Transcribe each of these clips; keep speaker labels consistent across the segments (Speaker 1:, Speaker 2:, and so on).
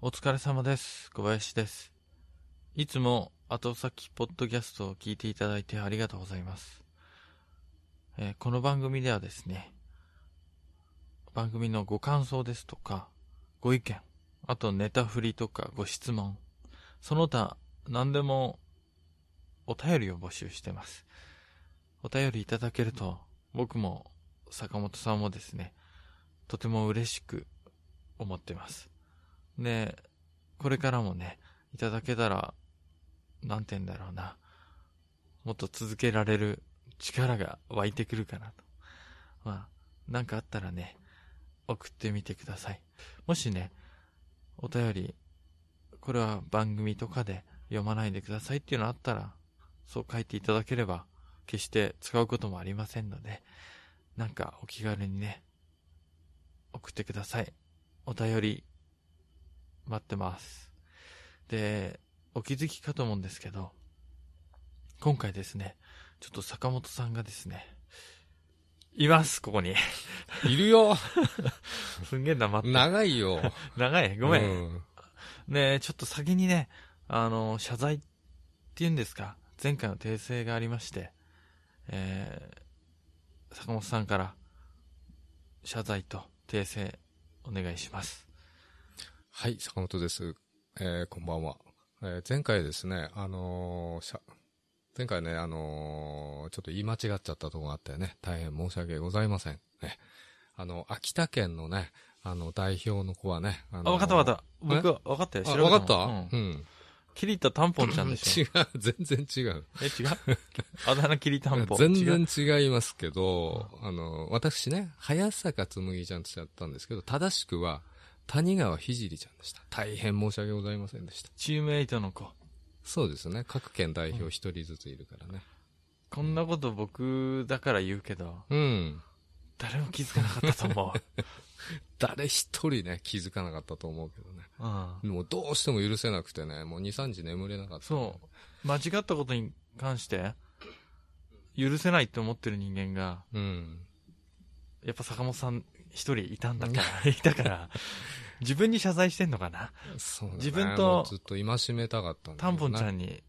Speaker 1: お疲れ様です。小林です。いつも後先ポッドキャストを聞いていただいてありがとうございます。えーこの番組ではですね、番組のご感想ですとか、ご意見、あとネタ振りとかご質問、その他何でもお便りを募集してます。お便りいただけると僕も坂本さんもですね、とても嬉しく思ってます。で、これからもね、いただけたら、なんて言うんだろうな、もっと続けられる力が湧いてくるかなと。まあ、なんかあったらね、送ってみてください。もしね、お便り、これは番組とかで読まないでくださいっていうのあったら、そう書いていただければ、決して使うこともありませんので、なんかお気軽にね、送ってください。お便り、待ってます。で、お気づきかと思うんですけど、今回ですね、ちょっと坂本さんがですね、います、ここに。
Speaker 2: いるよ
Speaker 1: すんげえなまって。
Speaker 2: 長いよ。
Speaker 1: 長い。 ごめん。
Speaker 2: うん。
Speaker 1: ねえ、ちょっと先にね、あの、謝罪っていうんですか、前回の訂正がありまして、えー、坂本さんから、謝罪と訂正お願いします。
Speaker 2: はい、坂本です。えーこんばんは。えー前回ですね、あのーしゃ前回ね、あのーちょっと言い間違っちゃったとこがあったよね。大変申し訳ございません。ね。あの、秋田県のね、あの、代表の子はね。あ
Speaker 1: あ、
Speaker 2: のー
Speaker 1: わかったわかった。僕は、わかったよ。
Speaker 2: あ
Speaker 1: 調べ
Speaker 2: わか
Speaker 1: も
Speaker 2: っ
Speaker 1: ん
Speaker 2: た
Speaker 1: うん
Speaker 2: う。ん。
Speaker 1: キリタタンポンちゃんでし
Speaker 2: 違
Speaker 1: ょ。
Speaker 2: う、全然違う。
Speaker 1: え、違う あだ名キリタンポン。
Speaker 2: 全
Speaker 1: 違う。
Speaker 2: 然違いますけど、あの、私ね、早坂つむぎちゃんとしちゃったんですけど、正しくは、谷川ひじりちゃんでした。大変申し訳ございませんでした。
Speaker 1: チームエイトの子。
Speaker 2: そうですね。各県代表一人ずついるからね。
Speaker 1: こんなこと僕だから言うけど、
Speaker 2: うん。
Speaker 1: 誰も気づかなかったと思
Speaker 2: 誰一人ね、気づかなかったと思うけどね。
Speaker 1: う。うん。
Speaker 2: もうどうしても許せなくてね、もう2、3時眠れなかった。
Speaker 1: そう。間違ったことに関して、許せないって思ってる人間が、
Speaker 2: う。うん。
Speaker 1: やっぱ坂本さん一人いたんだ から、いたから、自分に謝罪してんのかな
Speaker 2: そうだね。
Speaker 1: 自分と
Speaker 2: もうずっと戒めたかったんだ
Speaker 1: タンポンちゃ
Speaker 2: ん。
Speaker 1: んに、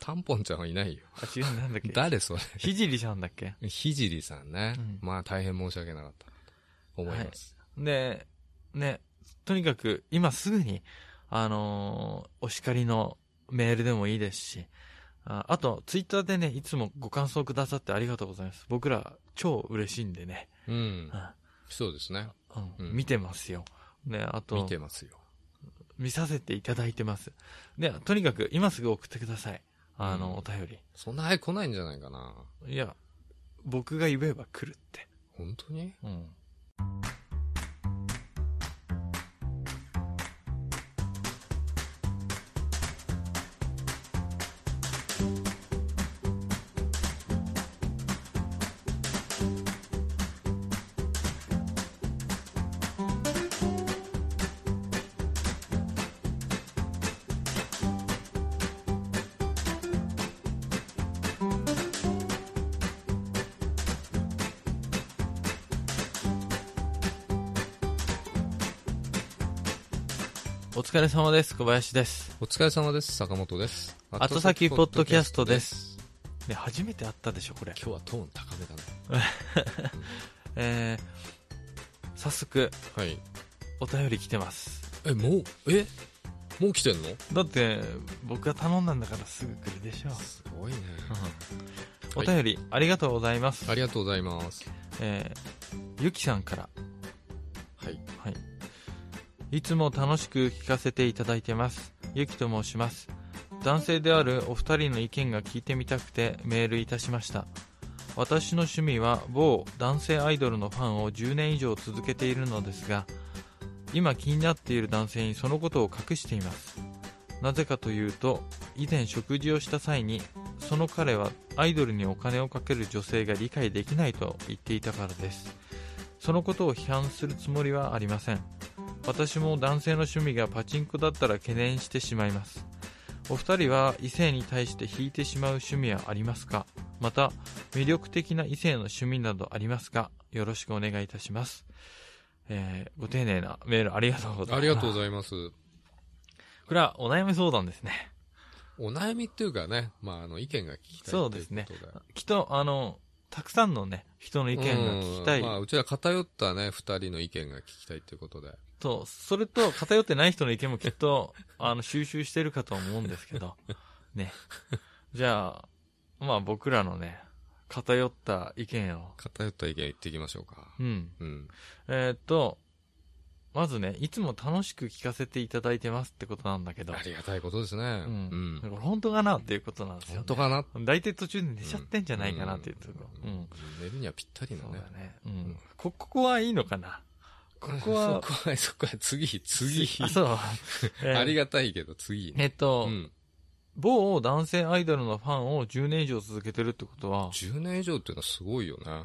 Speaker 2: タンポンちゃんはいないよ。
Speaker 1: あ、違う、なんだっけ
Speaker 2: 誰それ
Speaker 1: ひじりちゃんだっけ
Speaker 2: ひじりさんね。
Speaker 1: うん
Speaker 2: まあ大変申し訳なかった。思います。
Speaker 1: で、ね、とにかく今すぐに、あのーお叱りのメールでもいいですし、ああと、ツイッターでね、いつもご感想くださってありがとうございます。僕ら、超嬉しいんでね。
Speaker 2: うん
Speaker 1: う。ん
Speaker 2: そうですね。
Speaker 1: うん
Speaker 2: うん
Speaker 1: 見てますよ。ね、あと、
Speaker 2: 見てますよ。
Speaker 1: 見させていただいてます。で、とにかく今すぐ送ってください。あの、
Speaker 2: うん
Speaker 1: お便り。
Speaker 2: そんな早く来ないんじゃないかな。
Speaker 1: いや、僕が言えば来るって。
Speaker 2: 本当に
Speaker 1: うん。お疲れ様です。小林です。
Speaker 2: お疲れ様です。坂本です。
Speaker 1: 後先ポッドキャストです。ね、初めて会ったでしょ、これ。
Speaker 2: 今日はトーン高めだね。
Speaker 1: えー、早速、
Speaker 2: はい。
Speaker 1: お便り来てます。
Speaker 2: え、もう、えもう来てんの
Speaker 1: だって、僕が頼んだんだからすぐ来るでしょ。
Speaker 2: すごいね。
Speaker 1: お便り、ありがとうございます。
Speaker 2: ありがとうございます。
Speaker 1: えー、ゆきさんから。
Speaker 2: はい。
Speaker 1: はい。いつも楽しく聞かせていただいてます。ゆきと申します。男性であるお二人の意見が聞いてみたくてメールいたしました。私の趣味は某男性アイドルのファンを10年以上続けているのですが、今気になっている男性にそのことを隠しています。なぜかというと、以前食事をした際に、その彼はアイドルにお金をかける女性が理解できないと言っていたからです。そのことを批判するつもりはありません私も男性の趣味がパチンコだったら懸念してしまいますお二人は異性に対して引いてしまう趣味はありますかまた魅力的な異性の趣味などありますかよろしくお願いいたします、えーご丁寧なメールありがとうございます
Speaker 2: ありがとうご
Speaker 1: い
Speaker 2: ざいます。
Speaker 1: これはお悩み相談ですね。
Speaker 2: お悩みっていうかね、まあ、あの、意見が聞きたい
Speaker 1: そうですね
Speaker 2: っていことで
Speaker 1: きっと、あの、たくさんのね、人の意見が聞きたい
Speaker 2: うんまあ、うちら偏ったね、二人の意見が聞きたいということで。
Speaker 1: と、それと偏ってない人の意見もきっ と、あの、収集してるかと思うんですけど、ね。じゃあ、まあ僕らのね、偏った意見を。
Speaker 2: 偏った意見言っていきましょうか。
Speaker 1: うん。
Speaker 2: うん。
Speaker 1: えーっと、まずね、いつも楽しく聞かせていただいてますってことなんだけど
Speaker 2: あ、りがたいことですね。う
Speaker 1: うんん。。これ本当かなっていうことなんですよ、ね。
Speaker 2: 本当かな
Speaker 1: 大体途中で寝ちゃってんじゃないかなっていうとこ。うん。
Speaker 2: 寝るにはぴったりの
Speaker 1: そう
Speaker 2: ね
Speaker 1: だ。ね。うん。こ、ここはいいのかなここは、
Speaker 2: そこは、そこは、次、次。
Speaker 1: あ、 そう。えー
Speaker 2: ありがたいけど、次。
Speaker 1: えっと、
Speaker 2: うん。
Speaker 1: 某男性アイドルのファンを10年以上続けてるってことは、
Speaker 2: 10年以上っていうのはすごいよね。っ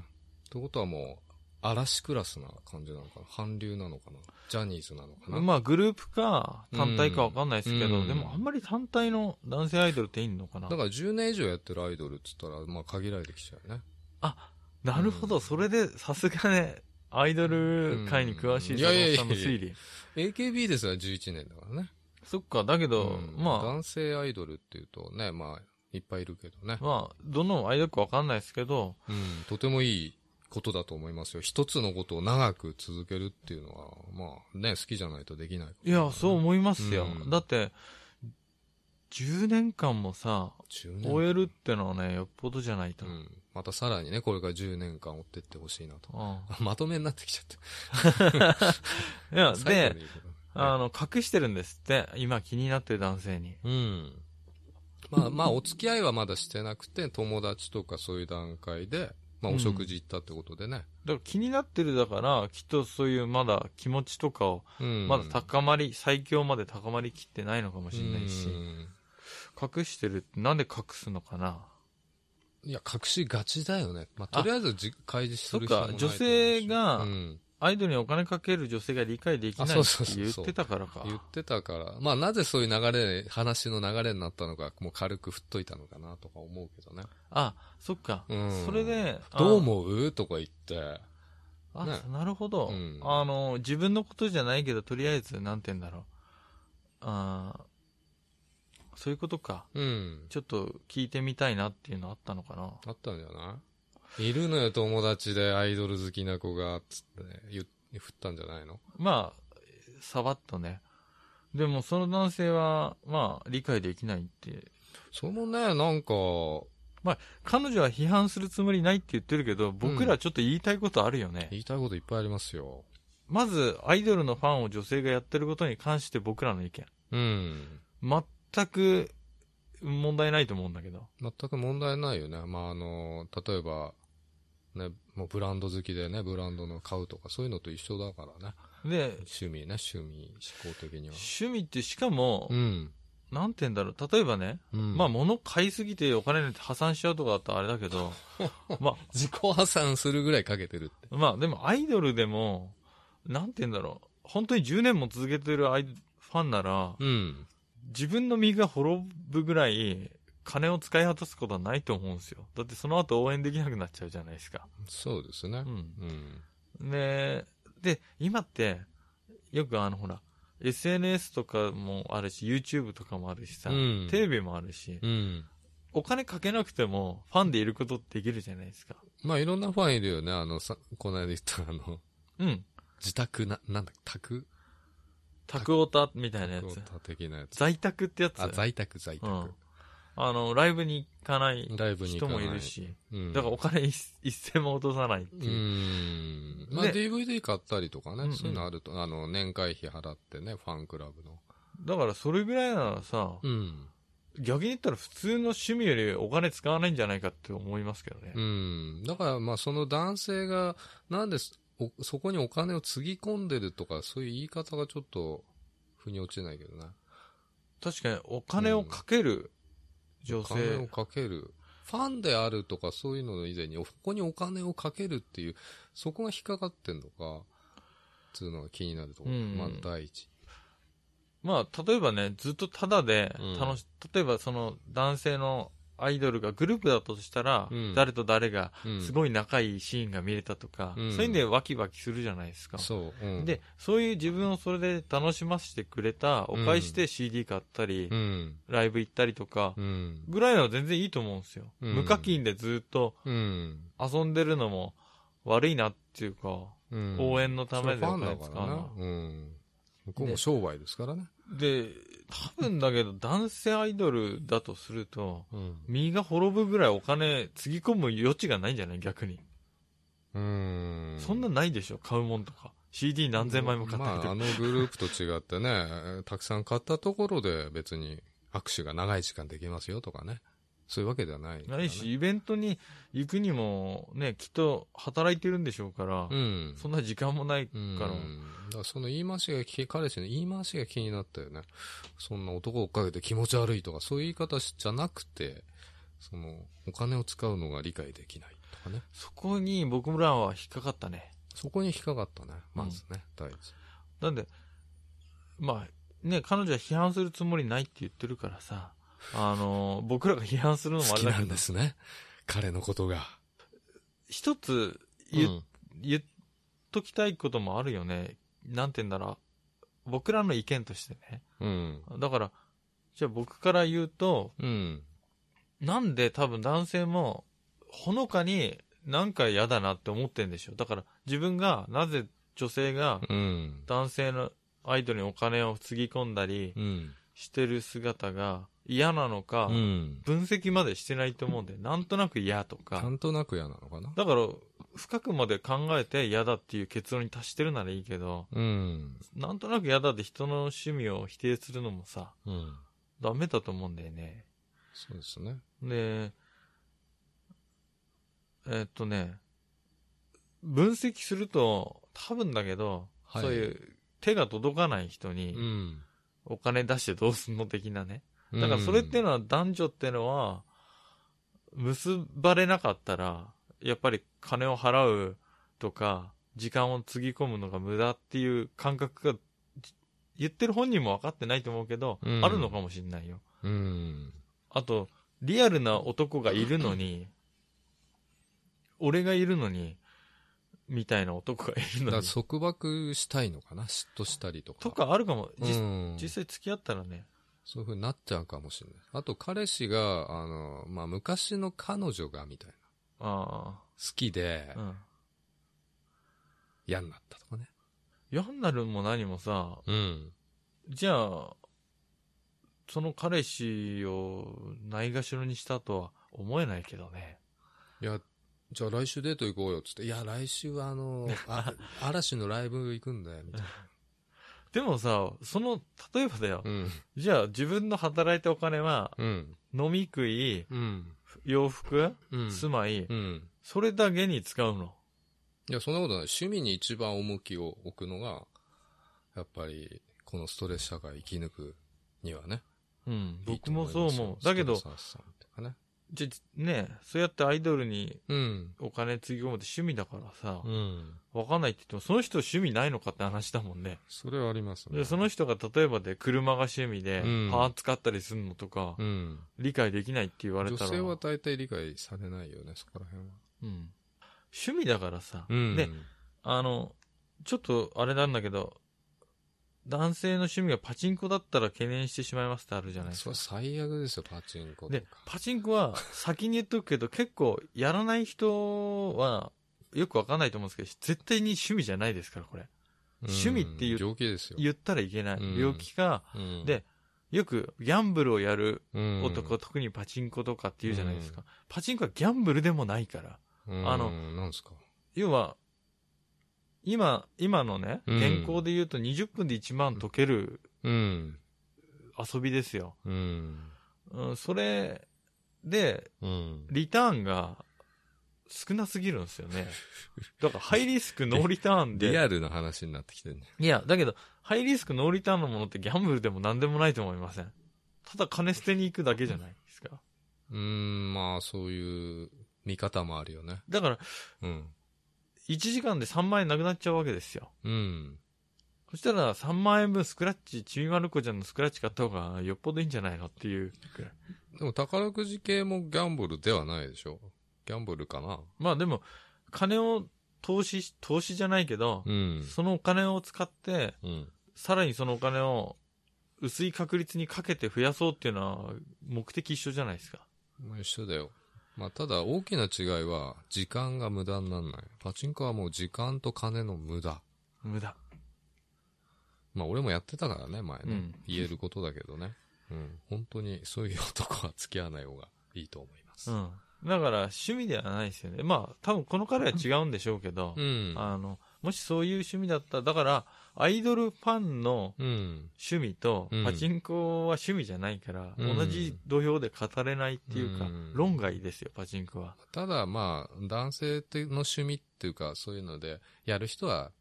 Speaker 2: てことはもう、嵐クラスな感じなのかな韓流なのかなジャニーズなのかな
Speaker 1: まあグループか単体かわかんないですけど、
Speaker 2: うん
Speaker 1: でもあんまり単体の男性アイドルっていいのかな
Speaker 2: だから10年以上やってるアイドルって言ったら、まあ限られてきちゃうよね。
Speaker 1: あ、なるほど、それでさすがね、アイドル界に詳しい
Speaker 2: う
Speaker 1: 佐藤さんの
Speaker 2: んいやいやいや
Speaker 1: 推理。
Speaker 2: AKB ですら11年だからね。
Speaker 1: そっか、だけど、
Speaker 2: うん
Speaker 1: ま
Speaker 2: 男性アイドルっていうとね、まあ、いっぱいいるけどね
Speaker 1: あ、。まあ、どのアイドルかわかんないですけど、
Speaker 2: うん、とてもいいことだと思いますよ。一つのことを長く続けるっていうのは、まあね、好きじゃないとできないこと
Speaker 1: いや、そう思いますよ。
Speaker 2: うん
Speaker 1: だって、10年間もさ、
Speaker 2: 10年
Speaker 1: 終えるってのはね、よっぽどじゃないと。
Speaker 2: うん。またさらにね、これから10年間追ってってほしいなと。
Speaker 1: うん
Speaker 2: あまとめになってきちゃっ
Speaker 1: いや、で
Speaker 2: た。最後に、言うこと
Speaker 1: あの、隠してるんですって、今気になってる男性に。
Speaker 2: うん。まあまあ、お付き合いはまだしてなくて、友達とかそういう段階で、まあ
Speaker 1: うん
Speaker 2: お食事行ったってことでね。
Speaker 1: だから気になってるだから、きっとそういうまだ気持ちとかを、
Speaker 2: うん。
Speaker 1: まだ高まり、最強まで高まりきってないのかも
Speaker 2: も
Speaker 1: しれないし、隠してるってなんで隠すのかない
Speaker 2: や、隠しがちだよね。まあ、とりあえずじ、開示する必要もない
Speaker 1: そっか女性が
Speaker 2: と思うしうん
Speaker 1: アイドルにお金かける女性が理解できないって
Speaker 2: あそうそうそうそ
Speaker 1: 言っ
Speaker 2: う
Speaker 1: てたからか。
Speaker 2: 言ってたから、まあ、なぜそういう流れ、話の流れになったのか、もう軽く振っといたのかなとか思うけどね。
Speaker 1: あ、そっか。
Speaker 2: うん
Speaker 1: それで、あ
Speaker 2: どう思うとか言って、
Speaker 1: あ、
Speaker 2: ね
Speaker 1: なるほど、
Speaker 2: うん
Speaker 1: あの、自分のことじゃないけど、とりあえず、なんて言うんだろう。あーそういうことか。
Speaker 2: うん。
Speaker 1: ちょっと聞いてみたいなっていうのあったのかな。
Speaker 2: あったんじゃないいるのよ、友達でアイドル好きな子が、つって言っ、振ったんじゃないの
Speaker 1: まあ、さばっとね。でもその男性は、まあ、理解できないって。
Speaker 2: それもね、なんか、
Speaker 1: 彼女は批判するつもりないって言ってるけど、僕らちょっと言いたいことあるよね。
Speaker 2: 言いたいこといっぱいありますよ。
Speaker 1: まず、アイドルのファンを女性がやってることに関して僕らの意
Speaker 2: うん。
Speaker 1: 見。全く、問題ないと思うんだけど。
Speaker 2: 全く問題ないよね。まあ、あの、例えば、ね、もうブランド好きでね、ブランドの買うとか、そういうのと一緒だからね。
Speaker 1: で、
Speaker 2: 趣味ね、趣味、思考的には。
Speaker 1: 趣味ってしかも、
Speaker 2: うん。
Speaker 1: なんて言うんだろう。例えばね、
Speaker 2: うん。
Speaker 1: まあ物買いすぎてお金に破産しちゃうとかだったらあれだけ ど、まあ、
Speaker 2: 自己破産するぐらいかけてるって。
Speaker 1: まあでもアイドルでも、なんて言うんだろう。本当に10年も続けてるアイファンなら、
Speaker 2: うん。
Speaker 1: 自分の身が滅ぶぐらい、金を使い果たすことはないと思うんですよ。だってその後応援できなくなっちゃうじゃないですか。
Speaker 2: そうですね。
Speaker 1: う
Speaker 2: うん。
Speaker 1: ん。で、で、今って、よくあのほら、SNS とかもあるし、YouTube とかもあるしさ、
Speaker 2: うん
Speaker 1: テレビもあるし、
Speaker 2: うん。
Speaker 1: お金かけなくてもファンでいることってできるじゃないですか。
Speaker 2: まあ、いろんなファンいるよね。あの、さ、この間言ったあの、
Speaker 1: うん。
Speaker 2: 自宅な、なんだっけ、宅
Speaker 1: 宅オタみたいなや
Speaker 2: クオ
Speaker 1: つ。
Speaker 2: タ的なやつ。
Speaker 1: 在宅ってやつ。
Speaker 2: あ、在宅、在宅。
Speaker 1: うんあの、ライブに行かない
Speaker 2: ライブに
Speaker 1: 人
Speaker 2: 行かな
Speaker 1: も
Speaker 2: い
Speaker 1: いる。し、
Speaker 2: うん。
Speaker 1: だからお金一 一銭も落とさないって
Speaker 2: う
Speaker 1: いう。
Speaker 2: ん。まあ、
Speaker 1: ね
Speaker 2: DVD 買ったりとかね、
Speaker 1: うんうん
Speaker 2: そういうのあると、あの、年会費払ってね、ファンクラブの。
Speaker 1: だからそれぐらいならさ、
Speaker 2: うん。
Speaker 1: 逆に言ったら普通の趣味よりお金使わないんじゃないかって思いますけどね。
Speaker 2: うん。だから、まあ、その男性が、なんです、おそこにお金をつぎ込んでるとか、そういう言い方がちょっと、腑に落ちないけどね。
Speaker 1: 確かにお金をかける女
Speaker 2: お金を
Speaker 1: 性。
Speaker 2: かける。ファンであるとか、そういうのの以前に、ここにお金をかけるっていう、そこが引っかかってんのか、つうのが気になるところ。
Speaker 1: うん
Speaker 2: まあ、第一。
Speaker 1: まあ、例えばね、ずっとタダで
Speaker 2: うん
Speaker 1: 楽し、例えばその男性のアイドルがグループだとしたら、
Speaker 2: うん
Speaker 1: 誰と誰が
Speaker 2: うん
Speaker 1: すごい仲いいシーンが見れたとか、
Speaker 2: うん
Speaker 1: そういうんでワキワキするじゃないですか。
Speaker 2: そう、うん、
Speaker 1: で、そういう自分をそれで楽しませてくれた、お返し
Speaker 2: う
Speaker 1: で CD 買ったり、
Speaker 2: うん、
Speaker 1: ライブ行ったりとか、
Speaker 2: うん、
Speaker 1: ぐらいのは全然いいと思うんですよ。
Speaker 2: うん
Speaker 1: 無課金でずっと
Speaker 2: うん、
Speaker 1: 遊んでるのも悪いなっていうか、
Speaker 2: うん
Speaker 1: 応援のためで
Speaker 2: そ
Speaker 1: お
Speaker 2: うフ
Speaker 1: 金
Speaker 2: ァンだ
Speaker 1: 使う
Speaker 2: か
Speaker 1: の
Speaker 2: らな
Speaker 1: は。
Speaker 2: うん。向こう
Speaker 1: で
Speaker 2: も商売ですからね。
Speaker 1: で、多分だけど男性アイドルだとすると、
Speaker 2: うん。
Speaker 1: 身が滅ぶぐらいお金つぎ込む余地がないんじゃない逆に。
Speaker 2: うん。
Speaker 1: そんなないでしょ買うもんとか。CD 何千枚も買ってみて
Speaker 2: まあ、あ
Speaker 1: も。
Speaker 2: のグループと違ってね、 たくさん買ったところで別に握手が長い時間できますよとかね。そういうわけではない、
Speaker 1: ないし、。イベントに行くにも、ね、きっと働いてるんでしょうから、
Speaker 2: うん。
Speaker 1: そんな時間もないか
Speaker 2: うん
Speaker 1: ら、
Speaker 2: だからその言い回しがき、彼氏の言い回しが気になったよね。そんな男を追っかけて気持ち悪いとか、そういう言い方じゃなくて、その、お金を使うのが理解できないとかね。
Speaker 1: そこに僕らは引っかかったね。
Speaker 2: そこに引っかかったね。まずね、第一。
Speaker 1: なんで、まあ、ね、彼女は批判するつもりないって言ってるからさ、あの、僕らが批判するのもあ
Speaker 2: 好
Speaker 1: れ
Speaker 2: き
Speaker 1: だ
Speaker 2: な
Speaker 1: け
Speaker 2: ん
Speaker 1: ど
Speaker 2: で、すね。彼のことが。
Speaker 1: 一つ言,、
Speaker 2: うん
Speaker 1: 言っときたいこともあるよね。なんて言うんだろう。僕らの意見としてね。
Speaker 2: うん。
Speaker 1: だから、じゃあ僕から言うと、
Speaker 2: うん。
Speaker 1: なんで多分男性も、ほのかになんか嫌だなって思ってんでしょ。だから自分が、なぜ女性が
Speaker 2: うん。
Speaker 1: 男性のアイドルにお金をつぎ込んだり
Speaker 2: うん。
Speaker 1: してる姿が嫌なのか、
Speaker 2: うん。
Speaker 1: 分析までしてないと思うんで、なんとなく嫌とか。
Speaker 2: なんとなく嫌なのかな。
Speaker 1: だから、深くまで考えて嫌だっていう結論に達してるならいいけど、
Speaker 2: うん。
Speaker 1: なんとなく嫌だって人の趣味を否定するのもさ、
Speaker 2: うん。
Speaker 1: ダメだと思うんだよね。
Speaker 2: そうですね。
Speaker 1: で、えっとね、分析すると、多分だけど、
Speaker 2: はい
Speaker 1: そういう手が届かない人
Speaker 2: う
Speaker 1: に
Speaker 2: ん。
Speaker 1: お金出してどうすんの的なね。だからそれっていうのは男女っていうのは、結ばれなかったら、やっぱり金を払うとか、時間をつぎ込むのが無駄っていう感覚が、じ言ってる本人も分かってないと思うけど、
Speaker 2: うん
Speaker 1: あるのかもしれないよ。
Speaker 2: うん。
Speaker 1: あと、リアルな男がいるのに、俺がいるのに、みたいな男がいる
Speaker 2: だか
Speaker 1: の
Speaker 2: ら
Speaker 1: に、
Speaker 2: 束縛したいのかな嫉妬したりとか。
Speaker 1: とかあるかも。
Speaker 2: う
Speaker 1: じ
Speaker 2: ん、
Speaker 1: 実際付き合ったらね、
Speaker 2: そういう風になっちゃうかもしれない。あと彼氏が、あの、まあ、昔の彼女がみたいな。好
Speaker 1: あ
Speaker 2: きで
Speaker 1: あ、う、ん。
Speaker 2: 嫌になったとかね。
Speaker 1: 嫌になるも何もさ、
Speaker 2: うん。
Speaker 1: じゃあ、その彼氏をないがしろにしたとは思えないけどね。
Speaker 2: いや、じゃあ来週デート行こうよっつって、いや、来週はあの、 あ嵐のライブ行くんだよ、みたいな。
Speaker 1: でもさ、その、例えばだよ。
Speaker 2: うん。
Speaker 1: じゃあ自分の働いたお金は、
Speaker 2: うん。
Speaker 1: 飲み食い、
Speaker 2: うん。
Speaker 1: 洋服、
Speaker 2: うん。
Speaker 1: 住まい、
Speaker 2: うん。
Speaker 1: それだけに使うの。
Speaker 2: いや、そんなことない。趣味に一番重きを置くのが、やっぱり、このストレス社会生き抜くにはね。
Speaker 1: うん。
Speaker 2: いい
Speaker 1: 僕
Speaker 2: と思い
Speaker 1: も
Speaker 2: ます
Speaker 1: そう
Speaker 2: よ
Speaker 1: 思う。だけど
Speaker 2: ス、トレス発散っていうかね
Speaker 1: じゃね、そうやってアイドルに
Speaker 2: うん。
Speaker 1: お金つぎ込むって趣味だからさ
Speaker 2: う、ん。
Speaker 1: わかんないって言っても、その人趣味ないのかって話だもんね。
Speaker 2: それはありますね。
Speaker 1: で、その人が例えばで車が趣味で
Speaker 2: うん、
Speaker 1: パーツ買ったりするのとか、
Speaker 2: うん。
Speaker 1: 理解できないって言われ
Speaker 2: 女
Speaker 1: たら。
Speaker 2: 性は大体理解されないよね、そこら辺は。
Speaker 1: うん。趣味だからさ。
Speaker 2: うん。
Speaker 1: で、あの、ちょっとあれなんだけど、男性の趣味がパチンコだったら懸念してしまいますってあるじゃないです
Speaker 2: それ
Speaker 1: か
Speaker 2: は。最悪ですよ、パチンコと
Speaker 1: で
Speaker 2: か。、
Speaker 1: パチンコは先に言っとくけど、結構やらない人はよくわかんないと思うんですけど、絶対に趣味じゃないですから、これ。趣味っていうん
Speaker 2: 病気ですよ。
Speaker 1: 言ったらいけない。
Speaker 2: うん
Speaker 1: 病気か、
Speaker 2: うん
Speaker 1: で、よくギャンブルをやる
Speaker 2: うん
Speaker 1: 男、、特にパチンコとかって言うじゃないですか。パチンコはギャンブルでもないから。
Speaker 2: あ
Speaker 1: あ
Speaker 2: の
Speaker 1: の、
Speaker 2: なんですか。
Speaker 1: 要は、今、今のね、
Speaker 2: うん
Speaker 1: 現行で言うと20分で1万解ける
Speaker 2: うん。
Speaker 1: 遊びですよ。
Speaker 2: うん。
Speaker 1: うん、それで、
Speaker 2: うん。
Speaker 1: リターンが少なすぎるんですよね。だから、ハイリスク、ノーリターンで。
Speaker 2: リアルな話になってきてるね。
Speaker 1: いや、だけど、ハイリスク、ノーリターンのものってギャンブルでも何でもないと思いません。ただ金捨てに行くだけじゃないですか。
Speaker 2: うーん、まあ、そういう見方もあるよね。
Speaker 1: だから、
Speaker 2: うん。
Speaker 1: 1時間で3万円なくなっちゃうわけですよ。
Speaker 2: うん。
Speaker 1: そしたら3万円分スクラッチ、ちびまる子ちゃんのスクラッチ買った方がよっぽどいいんじゃないのっていうくらい。
Speaker 2: でも宝くじ系もギャンブルではないでしょギャンブルかな
Speaker 1: まあでも、金を投資し、投資じゃないけど、
Speaker 2: うん。
Speaker 1: そのお金を使って、
Speaker 2: うん。
Speaker 1: さらにそのお金を薄い確率にかけて増やそうっていうのは目的一緒じゃないですか。
Speaker 2: まあ一緒だよ。まあただ大きな違いは、時間が無駄になんない。パチンコはもう時間と金の無駄。
Speaker 1: 無駄。
Speaker 2: まあ俺もやってたからね、前ね。
Speaker 1: うん
Speaker 2: 言えることだけどね。うん。本当にそういう男は付き合わない方がいいと思います。
Speaker 1: う。ん。だから趣味ではないですよね。まあ多分この彼は違うんでしょうけど、
Speaker 2: うん。
Speaker 1: あの、もしそういう趣味だったら、だからアイドルファンの
Speaker 2: うん。
Speaker 1: 趣味と
Speaker 2: うん
Speaker 1: パチンコは趣味じゃないから、
Speaker 2: うん
Speaker 1: 同じ土俵で語れないっていうか、
Speaker 2: うん
Speaker 1: 論外ですよ、パチンコは。
Speaker 2: ただまあ、男性っての趣味っていうか、そういうので、やる人は